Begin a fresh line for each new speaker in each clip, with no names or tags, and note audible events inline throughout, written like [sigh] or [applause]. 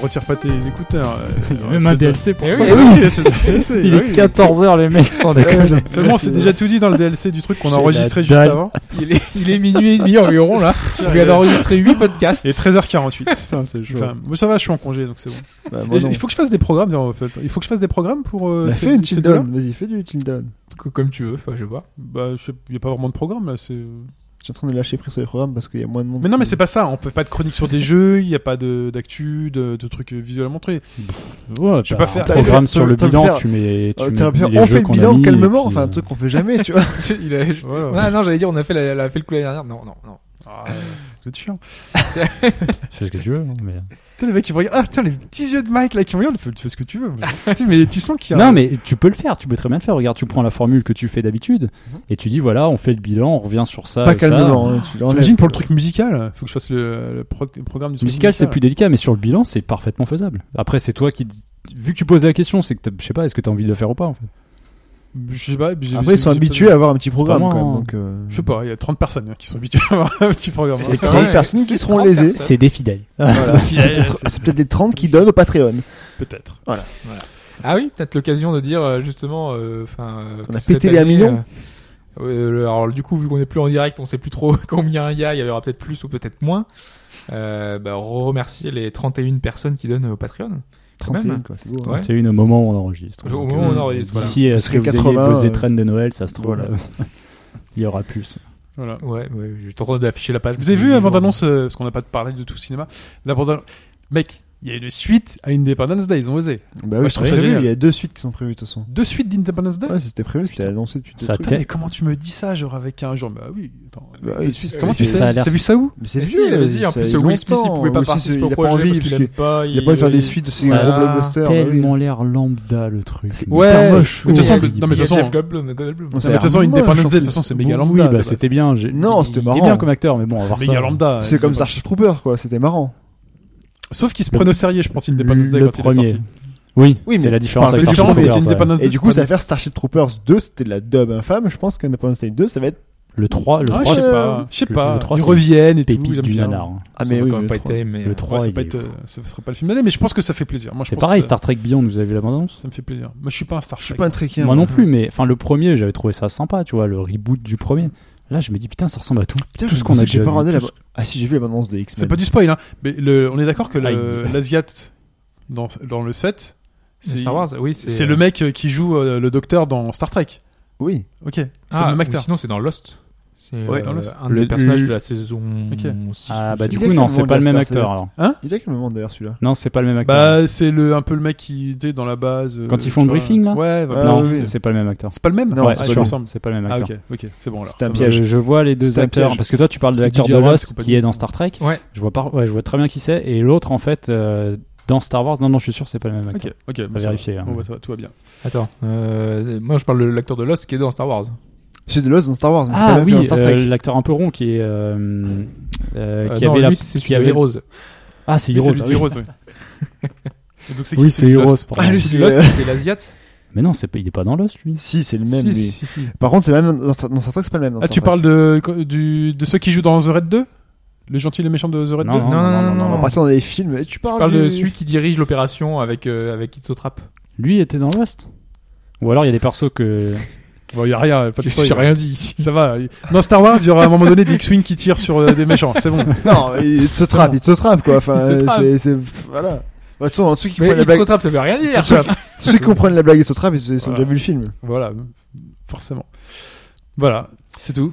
retire pas tes écouteurs. euh,
Il y a
ouais,
même un
c'est-
DLC pour
Eh
ça.
oui, oui, c'est ça, c'est- c'est-
Il
oui.
est 14h, les mecs, sans déconner.
C'est bon, c'est déjà tout dit dans le DLC du truc qu'on a
J'ai
enregistré
la
juste [laughs]
dalle.
avant. euh,
Il est, il est minuit et demi environ là. On vient d'enregistrer 8 podcasts.
Il est [laughs] 13h48.
Putain, c'est chaud.
Enfin, moi, ça va, je suis en congé donc c'est bon.
Bah,
Et
moi,
j-
non.
il faut que je fasse des programmes, d'ailleurs, en fait. Il faut que je fasse des programmes pour. Euh,
Bah,
ce-
fais une
ces
chill
deux-là
down, vas-y, fais du chill down.
Co- Comme tu veux, enfin, je vois.
Bah, je sais- il n'y a pas vraiment de programme là. c'est- euh.
Je suis en train de lâcher prise sur les programmes parce qu'il y a moins de monde.
Mais non,
qui-
mais c'est pas ça. On peut pas de chronique [laughs] sur des jeux, il n'y a pas de- d'actu, de, de trucs euh, visuels à montrer.
Ouais,
Je
je
vais
peux
pas
pas
faire-
faire un programme
t'as-
sur le
t'as-
bilan,
t'as-
tu mets. tu
Euh,
mets
t'aurais pu faire,
les
on
jeux
fait le
qu'on a
bilan
mis, et
calmement,
puis,
enfin un
euh,
truc qu'on fait jamais, tu vois.
[laughs] Il a- je-
Voilà.
Ah, non, j'allais dire, on a fait, la, la- fait le coup l'année dernière. Non, non, non.
Ah, vous êtes chiant.
Fais ce que tu veux. hein, mais-
Putain, les mecs qui me regardent. Ah, putain, les petits yeux de Mike là qui me regardent. Fais, tu fais ce que tu veux. [laughs] Tu sais, mais tu sens qu'il y a.
Non, mais tu peux le faire, tu peux très bien le faire. Regarde, tu prends la formule que tu fais d'habitude et tu dis voilà, on fait le bilan, on revient sur ça.
Pas
ça.
calmement, hein, tu l'enlèves.
T'imagines pour le truc musical, faut que je fasse le, le pro- le programme du truc
Musical, c'est plus délicat, mais sur le bilan, c'est parfaitement faisable. Après, c'est toi qui. dis- Vu que tu poses la question, c'est que t'as- je sais pas, est-ce que t'as envie de le faire ou pas en fait
Je sais pas. j'ai-
Après, ils
j'ai-
sont
j'ai pas-
habitués à avoir un petit programme
pas
quand
moi,
même.
hein.
Donc, euh,
Je sais pas, il y a 30 personnes hein, qui sont habituées à avoir un petit programme.
C'est
C'est
c'est
vrai,
les personnes
c'est
qui seront
30
lésées.
personnes.
C'est des fidèles.
voilà. C'est peut-être c'est peut-être des 30 qui donnent au Patreon.
Peut-être.
Ah oui, peut-être l'occasion de dire euh, justement. euh, enfin, euh,
On a
que cette
pété les un
année,
million.
euh, euh, le- alors du coup, vu qu'on est plus en direct, on sait plus trop [laughs] combien il y a. Il y aura peut-être plus ou peut-être moins. Euh, bah, remercier les 31 personnes qui donnent au Patreon.
31,
même.
quoi, c'est beau. hein.
Ouais.
C'est une au moment où on enregistre.
Au
Donc,
moment où on
euh,
enregistre, voilà.
D'ici à ce
Ce
que vous
serait
ayez
80,
vos
euh,
étrennes de Noël, ça se trouve.
voilà.
euh, [laughs] Il y aura plus.
Voilà.
Ouais, ouais, je suis en train d'afficher la page.
Vous avez vu
Du
la
jour.
bande-annonce, euh, parce qu'on n'a pas parlé de tout le cinéma, la bande-annonce... Mec, il y a une suite à Independence Day, ils ont osé. Ouais,
Bah
je
oui, c'est
trouve ça
prévu.
génial.
Il y a deux suites qui sont prévues de toute façon.
Deux suites d'Independence Day
Ouais, c'était prévu, c'était annoncé depuis deux
Ça
trucs.
Putain, mais comment tu me dis ça, genre avec un genre, bah oui, attends.
Bah,
deux
il-
suites,
il-
comment
il-
tu
il-
sais
ça a l'air-
T'as vu ça où
Mais c'est
Mais
vieux.
si, il avait dit, en
ça
plus,
a eu
Will Smith, il
longtemps.
pouvait pas
Will Smith,
participer au
il a pas
projet
envie,
parce qu'il
parce
aime pas.
Il a pas de faire des suites, c'est
Ça
un gros
a
blockbuster. bah oui.
Tellement l'air lambda le truc.
C'est
Mais
hyper
c'est
moche. Mais de toute façon,
horrible.
non, mais
Mais
de
de
toute façon-
Jeff Goldblum, Goldblum.
Ça
Non, mais de toute façon,
a l'air
Independence
moche,
Day, de toute
en
façon,
plus.
c'est méga
Bon,
lambda.
Oui,
de
bah
base.
c'était bien. j'ai-
Non, c'était
il est
marrant.
bien comme acteur, mais bon, on va
C'est
voir
méga
ça.
lambda.
C'est
euh,
comme
de base.
Starship Trooper, quoi. C'était marrant.
Sauf qu'ils se prennent au sérieux, je pense, Independence Day
Le
quand il est
premier.
sorti.
Oui,
Oui,
c'est
mais
la différence
parle
avec
de
Star
différence,
Wars,
c'est
ouais.
Independence Day.
Et du coup,
c'est
ça va faire Starship Troopers 2, c'était de la dub infâme. Je pense qu'Independence Day 2, ça va être.
Le 3, le
Ah,
3
je
c'est
sais
euh,
pas, je sais
le-
pas.
le trois,
Ils
c'est
reviennent et tout.
pépite
j'aime
du
bien.
nanar. hein.
Ah,
Ça
mais oui,
aurait quand même
le
pas
3.
été, mais.
Le
euh,
3,
Ouais, ça
il
peut
est
être,
fou.
euh, ça sera pas le film d'année, mais je pense que ça fait plaisir. Moi, je
C'est
pense
pareil,
que ça-
Star Trek Beyond, vous avez vu la bande-annonce
Ça me fait plaisir. Moi, je suis pas un Star
Je suis
Trek.
pas hein. un trekkie.
Moi non plus, mais enfin le premier, j'avais trouvé ça sympa, tu vois, le reboot du premier. Là, je me dis putain, ça ressemble à tout.
Putain,
tout
je
ce qu'on a
J'ai
déjà vu,
pas regardé la.
tout ce-
Ah si, j'ai vu la bande de X-Men.
C'est pas du spoil, hein. Mais le, on est d'accord que le-
Ah,
l'Asiate dans, dans le set,
C'est
c'est
Star Wars, oui, c'est.
c'est le mec qui joue euh, le docteur dans Star Trek.
Oui.
Ok, c'est
Ah,
le même
mais
acteur.
Sinon, c'est dans Lost. C'est
Ouais,
euh,
dans Lost.
un des
Le-
personnages
le-
de la saison
Ok.
6.
Ah bah du
Il
coup
est
non,
quel
c'est
moment
pas le
de la
même
Star
acteur
Celeste
alors.
Il a quel moment d'ailleurs celui-là
Non, c'est pas le même acteur.
Bah, c'est le, un peu le mec qui était dans la base. euh,
Quand ils font
tu
le
vois.
briefing, là
Ouais, voilà.
Ah,
non,
oui,
c'est-
oui.
c'est pas le même acteur.
c'est pas le même.
Non,
ouais,
ah,
c'est
il
sûr,
me
sûr.
semble.
c'est pas le même
Bah, Ah,
acteur.
ok, ok, c'est bon alors.
C'est un
ça me-
piège.
Je, je vois les deux
C'est un
acteurs
piège.
parce que toi tu parles de
Parce que
l'acteur
Didier
de
Abrams,
Lost
c'est pas
qui
du
est
tout.
dans Star Trek.
Ouais.
Je vois pas, ouais, je vois très bien qui c'est et l'autre en fait euh, dans StarArs. Non non, je suis sûr c'est pas le même acteur.
Ok, ok, bon,
À
ça va.
vérifier, hein.
Bon, bah, ça va, tout va bien.
Attends, euh, moi je parle de l'acteur de Lost qui est dans Star Wars.
C'est de Lost dans Star Wars, mais c'est
Ah
pas le même que dans
oui,
Star
euh,
Trek.
l'acteur un peu rond qui est euh, euh, qui
Euh, non,
avait la
lui, c'est
qui
celui de
avait-
Heroes.
Ah c'est
Oui,
Heroes.
c'est
ah
lui,
oui.
Heroes, oui. Et [laughs] donc, qui,
Oui, c'est
lui,
Heroes.
Lost
pardon.
Ah, lui,
Celui de
c'est-
Lost, c'est l'Asiate.
Mais non, c'est pas, il est pas dans Lost lui.
Si, c'est le même. lui.
si, si, si.
Par contre, c'est le même dans Star dans Star Trek, c'est pas le même. dans
Ah,
Star
tu
Trek.
parles de, du, de ceux qui jouent dans The Red 2 Le gentil et le méchant de The Red
Non,
2
non, non, non, non,
On va
non.
partir dans les films. Et tu parles,
Je parle de
du-
celui qui dirige l'opération avec, euh, avec Itzo Trap.
Lui était dans Lost. Ou alors il y a des persos que
Bon, y a rien, pas de spoil.
J'ai rien dit.
[laughs] Ça va. Dans Star Wars, il y aura à un moment donné des X-Wing qui tirent sur euh, des méchants. C'est bon.
[laughs] Non, il se trappe, il se trappe quoi. Enfin,
Il se trappe.
c'est, c'est- voilà. Bah, de toute façon, ceux qui
Mais
comprennent la
Itzo
blague,
Trap, ça veut rien dire.
ceux, ceux qui comprennent la blague et se trappent, ils, ils ont
Voilà.
déjà vu le film.
Voilà. Forcément. Voilà. C'est tout.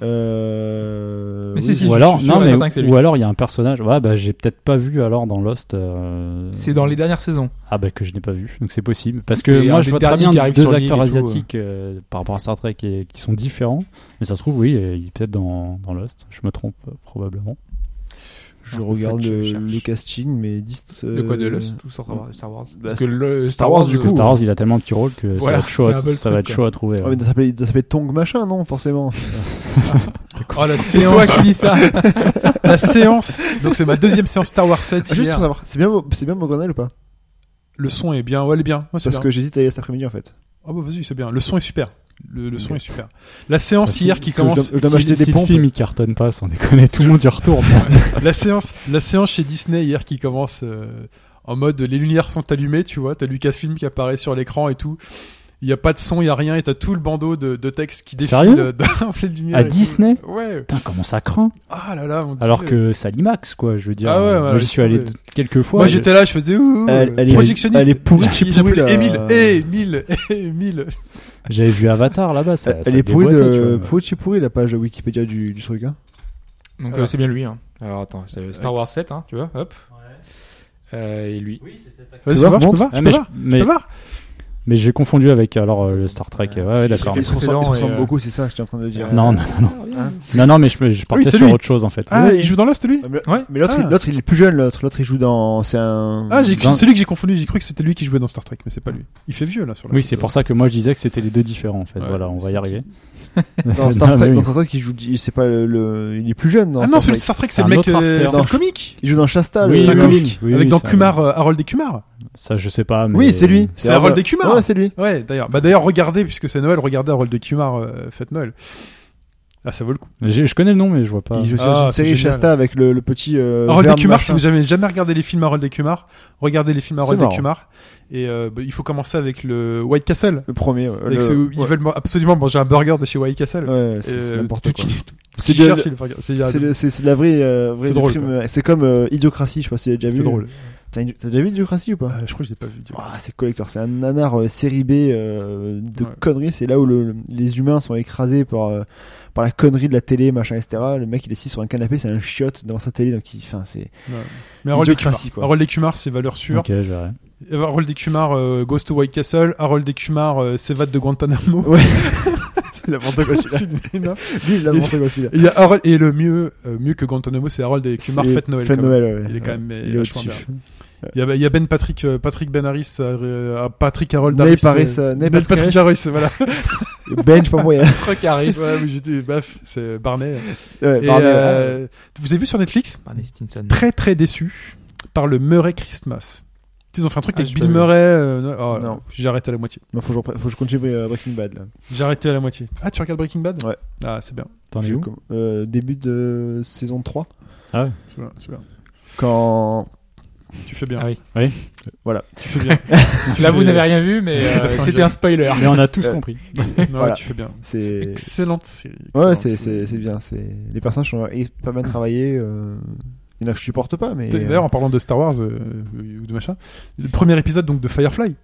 Euh...
Mais si,
oui,
si,
ouais.
ou
je
alors
suis sûr
non
et
mais
certain que c'est lui.
ou alors il y a un personnage. Ouais bah j'ai peut-être pas vu alors dans Lost. euh,
C'est dans les dernières saisons.
Ah bah que je n'ai pas vu, donc c'est possible. Parce
C'est
que
un
moi je
des
vois très
derniers
bien
qui arrive sur
deux
l'île
acteurs
et tout,
asiatiques euh, par rapport à Star Trek et, qui sont différents, mais ça se trouve oui, euh, il est peut-être dans, dans Lost, je me trompe euh, probablement.
Je regarde
je
le,
cherche.
le casting, mais dites.
De quoi De
euh,
Lost ou Star Wars
bah,
Parce que le Star
Star
Wars,
Wars, du
euh,
coup.
Star Wars il a tellement de petits rôles que
Voilà,
ça va être chaud,
c'est
à,
un peu le
ça va
truc,
être chaud à trouver.
Ah,
ouais.
mais ça s'appelait, ça s'appelait Tong machin, non Forcément.
Ah,
euh,
Oh, la
C'est toi
séance.
qui dis [laughs] ça.
la séance. Donc, c'est ma deuxième séance Star Wars 7.
Juste
hier.
pour savoir, c'est bien, Mo- c'est bien Mogrenel ou pas
Le son est bien. Ouais, il est bien. Ouais, c'est
Parce
bien.
que j'hésite à y aller cet après-midi en fait.
Oh, bah, vas-y, c'est bien. Le son est super. Le, le son
Ok.
est super. La séance
Bah,
hier
si-
qui
si je dois-
commence.
je dois
Si-
m'acheter des
si le
pompes.
film il cartonne pas, sans déconner, tout le monde y retourne.
La séance, la séance chez Disney hier qui commence. euh, en mode les lumières sont allumées, tu vois, t'as Lucasfilm qui apparaît sur l'écran et tout. Il y a pas de son, il y a rien, et t'as tout le bandeau de, de texte qui défile
Sérieux
euh, dans [laughs] les lumières.
À
et tout.
Disney
Ouais.
Putain, comment ça craint
Ah là là. mon Dieu.
Alors que c'est Limax, quoi, je veux dire.
Ah ouais,
euh,
ouais,
moi, j'y
laisse
suis allé
tomber.
quelques fois.
moi
je-
j'étais là, je faisais ouh,
Elle- elle est-
projectionniste.
elle est pourrie,
J'ai-
pourrie,
J'appelais
la-
Émile, Émile, Émile.
J'avais vu Avatar là-bas. Ça, ça
Elle est
me
pourrie
déboîtait, tu
de
vois.
pourrie de chez pourrie la page Wikipédia du, du truc. Hein.
Donc
Alors.
euh, c'est bien lui. Hein. Alors attends, c'est Star Wars 7, hein, tu vois, hop. Euh, et lui.
Vas-y,
voir,
voir, je peux
montre.
voir,
Ah,
je peux
mais je-
voir, je
mais-
peux voir.
mais j'ai confondu avec alors euh, le Star Trek. Ouais, ouais, d'accord.
fait
Ils se
précédent
ressemblent ils se
et,
ressemblent
euh,
beaucoup, c'est ça que j'étais en train de dire.
euh,
Non, non, non,
Hein
non. non, non, mais je, je partais
c'est
sur
lui.
autre chose en fait.
Ah,
Oui,
il joue dans Lost lui.
Ah, Mais,
Ouais.
mais l'autre,
Ah.
il- l'autre, il est plus jeune, l'autre. L'autre, il joue dans. C'est un.
Ah, j'ai
Dans-
c'est lui que j'ai confondu, j'ai cru que c'était lui qui jouait dans Star Trek, mais c'est pas lui. Il fait vieux là sur la
oui,
photo.
c'est pour ça que moi je disais que c'était les deux différents en fait.
Ouais.
Voilà, on va y arriver. [laughs] Non,
dans Star Trek,
mais
dans
Ah, oui.
Star Trek, il joue. il- C'est pas le, le- Il est plus jeune. Dans
Ah non,
Star
celui de
Trek.
Star Trek, c'est
un
le mec,
autre
euh,
acteur.
c'est le comique.
Il joue dans Shasta.
Oui,
c'est un
oui,
comique.
oui, oui,
avec
oui,
dans
ça-
Kumar, euh, Harold et Kumar.
Ça, je sais pas. Mais...
Oui, c'est lui.
C'est Harold et Kumar.
Ouais, c'est lui.
Ouais, d'ailleurs. Bah d'ailleurs, regardez, puisque c'est Noël, regardez Harold de Kumar, euh, faites Noël. Ah, ça vaut le coup.
J'ai- Je connais le nom, mais je vois pas.
Il joue aussi
Ah,
dans une
c'est
série
génial.
Shasta avec le, le petit. Euh,
Harold et
verbe
Kumar, si
machin.
vous avez jamais regardé les films Harold et Kumar, regardez les films
C'est
Harold et
marrant.
Kumar. Et euh, bah, il faut commencer avec le White Castle.
Le premier. ouais,
Avec
Euh, le-
ce- Ils
ouais.
veulent absolument manger un burger de chez White Castle.
Ouais, c'est c'est
Euh,
n'importe quoi.
tout-
C'est
Ils
de-
cherchent le burger. C'est
C'est le- C'est c'est de la vraie, euh, vraie
C'est drôle,
film, euh, C'est comme euh, Idiocratie, je sais pas si tu l'as déjà vu.
c'est
euh.
drôle.
T'as t'as déjà vu Idiocratie ou pas
Euh, Je crois que je l'ai pas vu. du coup.
Ah, c'est collector, c'est un nanar euh, série B euh, de
Ouais.
conneries. C'est là où le- le- les humains sont écrasés par, euh, par la connerie de la télé, machin, etc. Le mec il est assis sur un canapé, c'est un chiotte devant sa télé, donc il, enfin, c'est.
Mais Harold et Kumar,
Idiocratie, quoi.
Harold et Kumar, c'est valeur sûre.
Ok, je verrai.
Harold et Kumar euh, goes to White Castle. Harold et Kumar euh, s'évade de Guantanamo.
Ouais. C'est n'importe quoi celui-là.
[laughs] C'est une [laughs] énorme-
Lui, il a n'importe quoi celui-là.
Et il y a Harold- et le mieux, euh, mieux que Guantanamo, c'est Harold et Kumar
C'est
fête Noël.
Fête
quand même.
Noël, ouais.
Il est quand même, euh,
Il est
vachement
au-dessus.
bien. Il y a, il y a Ben Patrick, euh, Patrick Ben Harris, euh, euh, Patrick Harold
Neil
Harris.
Paris,
euh,
euh, Neil
Ben Patrick
Patrick
Harris, voilà.
Harris, Bench, pas moi. il y a- [laughs]
Truc arrive.
ouais, mais j'étais, baf, c'est Barney.
Ouais,
Et,
Barney, ouais.
euh, vous avez vu sur Netflix,
Barney Stinson.
très très déçu par le Murray Christmas. Ils ont fait un truc
Ah,
avec
j'ai
Bill
pas vu.
Murray. euh, oh,
Non.
J'ai arrêté à la moitié.
Non, Bah, faut, que je repre- faut que je continue euh, Breaking Bad là.
J'ai arrêté à la moitié. Ah, tu regardes Breaking Bad
Ouais.
Ah, c'est bien.
T'en es
Je-
où
comme- euh, Début de saison 3.
Ah ouais.
C'est bien, c'est bien.
Quand.
Tu fais bien.
Ah oui.
Voilà.
Tu
[laughs]
fais bien.
Là, vous n'avez rien vu, mais euh, c'était un spoiler.
Mais on a tous
Euh,
compris.
Non,
Voilà.
tu fais bien.
C'est.
Excellente série.
Ouais,
excellente
c'est,
série.
c'est, c'est bien. C'est... Les personnages sont et- pas mal travaillés. Euh... Il y en a que je supporte pas, mais.
D'ailleurs, en parlant de Star Wars euh, ou de machin, le premier épisode donc de Firefly,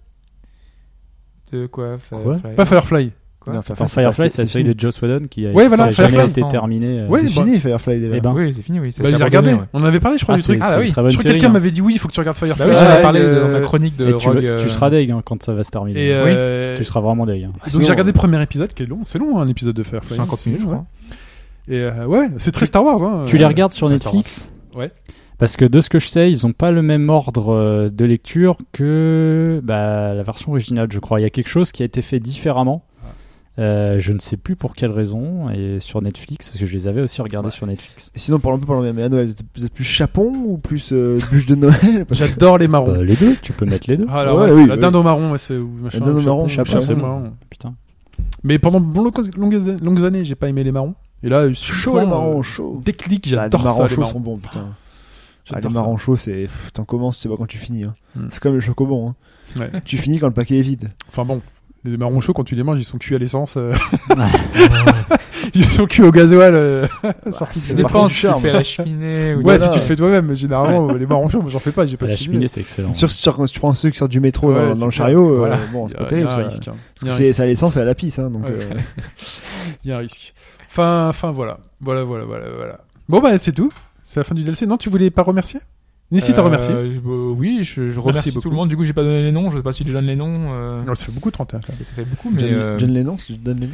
De quoi,
Quoi
Firefly
pas Firefly.
quoi.
Non, Firefly,
Dans
c'est pas-
Firefly, c'est la
c'est
série
fini.
de Joss Whedon qui a
Ouais, voilà,
ça a jamais
Firefly.
été terminée. euh,
Ouais,
C'est
bah-
fini Firefly déjà.
Eh ben,
Oui, c'est fini, oui. ça a
Bah,
été
j'ai
abandonné,
regardé.
ouais.
On en avait parlé, je crois,
Ah,
du truc.
c'est c'est
oui.
une
Je
très bonne
crois que
série.
quelqu'un
hein.
m'avait dit oui, il faut que tu regardes Firefly.
Bah oui, j'en
Ouais,
ai parlé
euh,
dans ma chronique de
Et tu,
Rogue.
vas- tu
euh,
seras deg hein, quand ça va se terminer.
Et euh,
Tu seras vraiment deg. hein.
Ah, c'est
donc j'ai
bon,
regardé le
ouais.
premier épisode qui est long, c'est long un épisode de Firefly.
50 minutes, je crois.
Et euh, ouais, c'est très Star Wars. Hein,
Tu les regardes sur
Star
Netflix
Ouais.
Parce que de ce que je sais, ils n'ont pas le même ordre euh, de lecture que bah, la version originale, je crois. Il y a quelque chose qui a été fait différemment. Euh, je ne sais plus pour quelle raison. Et sur Netflix, parce que je les avais aussi regardés
Ouais.
sur Netflix.
Sinon, parlons un peu, parlons bien. Mais à Noël, vous êtes- vous êtes plus chapon ou plus euh, bûche de Noël Parce que-
J'adore les marrons.
Bah, les deux, tu peux mettre les deux.
Ah, alors,
Ouais,
ouais, c'est
oui,
la
oui.
dinde au marron, ouais, c'est ou machin,
dinde au
chapeau,
marron,
chapeau,
chapeau,
chapeau
bon.
marron.
Putain.
Mais pendant de longues, longues- longues années, j'ai pas aimé les marrons. Et là,
chaud, les marrons chauds.
Déclic,
Ah,
j'adore
les marrons
ça. Les
chauds
marrons.
sont bons, putain. Ah, les
J'adore ça.
marrons chauds, c'est. pff, T'en commences, tu sais pas quand tu finis. hein.
Hmm.
C'est comme le chocobon. hein.
Ouais.
Tu finis quand le paquet est vide.
Enfin bon, les marrons chauds, quand tu les manges, ils sont cuits à l'essence. euh. [laughs] ils sont cuits au gasoil. euh, sortis
c'est
de-
Ça
fait partie
dépend
du
si tu
charme.
fais à la cheminée ou
Ouais,
Voilà.
si tu le fais toi-même, mais généralement, les marrons chauds, moi j'en fais pas, j'ai pas
À
de
la cheminée, c'est excellent.
[laughs] Sur, sur- quand tu prends ceux qui sortent du métro
Ouais,
dans- dans,
c'est
le
clair.
chariot, euh,
Voilà.
bon, c'est
Il y
pas
a-
terrible
Il y a un
ça.
risque. hein.
Parce
Il y
que
a un
c'est,
risque.
c'est à l'essence et à la pisse. hein, donc,
Ouais. [laughs]
euh,
Il y a un risque. Enfin, enfin voilà. Voilà, voilà, voilà, voilà. Bon, bah, c'est tout. C'est la fin du DLC. Non, tu voulais pas remercier Nissi t'a
Euh,
remercié.
je- euh, oui, je, je remercie tout
beaucoup.
le monde. Du coup, j'ai pas donné les noms. Je sais pas si je donne les noms. euh,
Non, ça fait beaucoup 31. quand même.
ça, ça fait beaucoup, mais.
John,
euh,
John Lennon, si tu donnes les noms.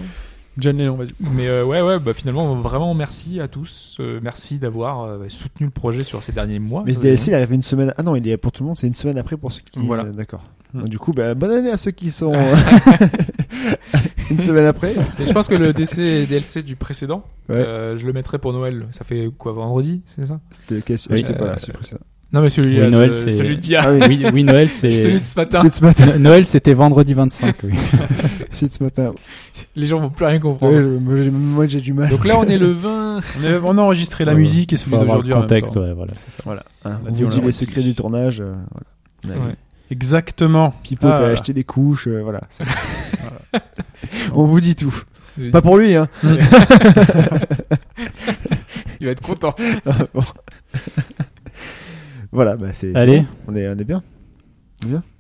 John Lennon, vas-y.
Mais euh, ouais, ouais, bah finalement, vraiment merci à tous. Euh, merci d'avoir euh, soutenu le projet sur ces derniers mois. Euh,
Mais ce DLC, il arrive une semaine. Ah non, il est pour tout le monde, c'est une semaine après pour ceux qui.
Voilà.
euh, D'accord.
Hmm.
Donc, Du coup, bah, bonne année à ceux
[laughs]
qui sont. [laughs] une semaine après.
Et je pense que le DC, DLC du précédent,
Ouais.
euh, je le mettrai pour Noël. Ça fait quoi, vendredi C'est ça
C'était question.
Oui,
J'étais pas
euh,
là, c'est pour ça.
Non, mais celui
Oui, Noël, c'est-
c'est celui d'hier.
Ah oui,
Oui, oui, Noël, c'est.
[laughs] Celui de ce matin.
suite ce matin.
No- Noël, c'était vendredi 25. oui.
[laughs] Suite ce
[laughs]
matin.
Les gens vont plus rien comprendre.
Ouais, je- moi, j'ai- Moi, j'ai du mal.
Donc là, on est le 20.
On, est- on a enregistré la
Faut-
musique et celui
Faut avoir le
d'aujourd'hui. en même
contexte,
temps.
ouais, voilà, c'est ça.
Voilà. hein,
Ah, On a
on
dit,
vous
on
dit
l'a
les
reçu.
secrets du tournage. euh, Ouais.
Ouais.
Exactement.
Pipo,
Ah,
t'as
voilà.
acheté des couches, euh,
[laughs]
voilà. [laughs] Voilà. On vous dit tout.
Oui.
Pas pour lui, hein.
[laughs] Il va être content.
Bon. [laughs] voilà, bah c'est. c'est
Allez.
bon. on est, on est bien.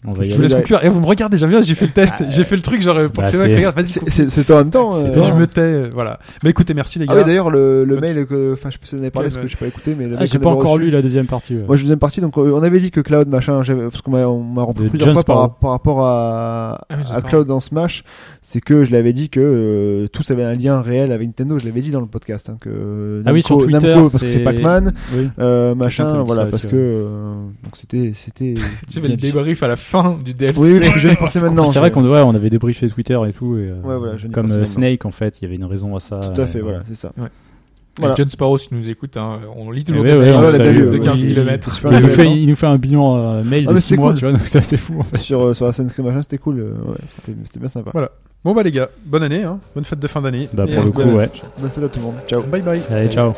On va
Je
y
Je
vous
aller.
laisse
les ai-
conclure. Et Eh, vous me regardez, j'aime bien, j'ai fait le test, j'ai fait le truc, j'aurais pour
Bah,
que-
c'est-
regarde, vas-y,
C'est- C'est c'est toi en même temps.
C'est
euh,
toi. hein.
je me tais, euh, voilà. Bah écoutez, merci les
Ah
gars.
oui, d'ailleurs, le, le
Notre-
mail que. Enfin, je sais pas si on en a parlé
Quel-
parce que je pas écouté, mais le
Ah,
mail
j'ai
qu'on
pas
avait
encore
reçu-
lu la deuxième partie. ouais.
Moi, je deuxième partie, donc euh, on avait dit que Cloud, machin, j'avais- parce qu'on m'a on m'a repris
De
plusieurs
John
fois par,
Sparrow.
par rapport à,
Ah oui, John
à
Sparrow.
Cloud dans Smash, c'est que je l'avais dit que euh, tous avaient un lien réel avec Nintendo, je l'avais dit dans le podcast, hein, que euh,
Ah oui, sur Twitter.
Namco, parce que c'est Pac-Man,
Oui.
euh,
Quelqu'un t'a
machin,
dit
voilà,
ça,
parce
c'est
que, euh, donc c'était,
[laughs]
c'était.
Tu fais
bien
le
dit.
débrief à la fin du DLC.
Oui, oui, parce
[laughs]
que je vais y penser maintenant.
Ah, C'est vrai qu'on ouais, on avait débriefé Twitter et tout. et, euh,
Ouais, voilà, je n'y
comme
pensais
euh,
même pas.
Snake, en fait, il y avait une raison à ça.
Tout à
euh,
fait, voilà, c'est ça.
Voilà.
Voilà.
John Sparrow, si tu nous écoutes, hein, on lit toujours
Eh
ton
ouais,
mail,
ouais,
on
hein,
l'a bien lu,
de
ouais.
15
Oui,
km.
super
Il nous, fait,
intéressant.
il nous fait un bilan euh, mail
Ah,
de
mais
6
c'est
mois,
cool.
tu vois, donc ça c'est fou. en fait.
Sur, euh, sur Assassin's Creed, machin, c'était cool, euh, ouais, c'était, c'était bien sympa.
Bon bah les gars, bonne année, hein. bonne fête de fin d'année.
Bah,
Et
pour
on
le
se dit à
coup,
la
ouais.
prochaine.
Bonne fête à tout le monde, ciao.
Bye bye.
Allez, ciao.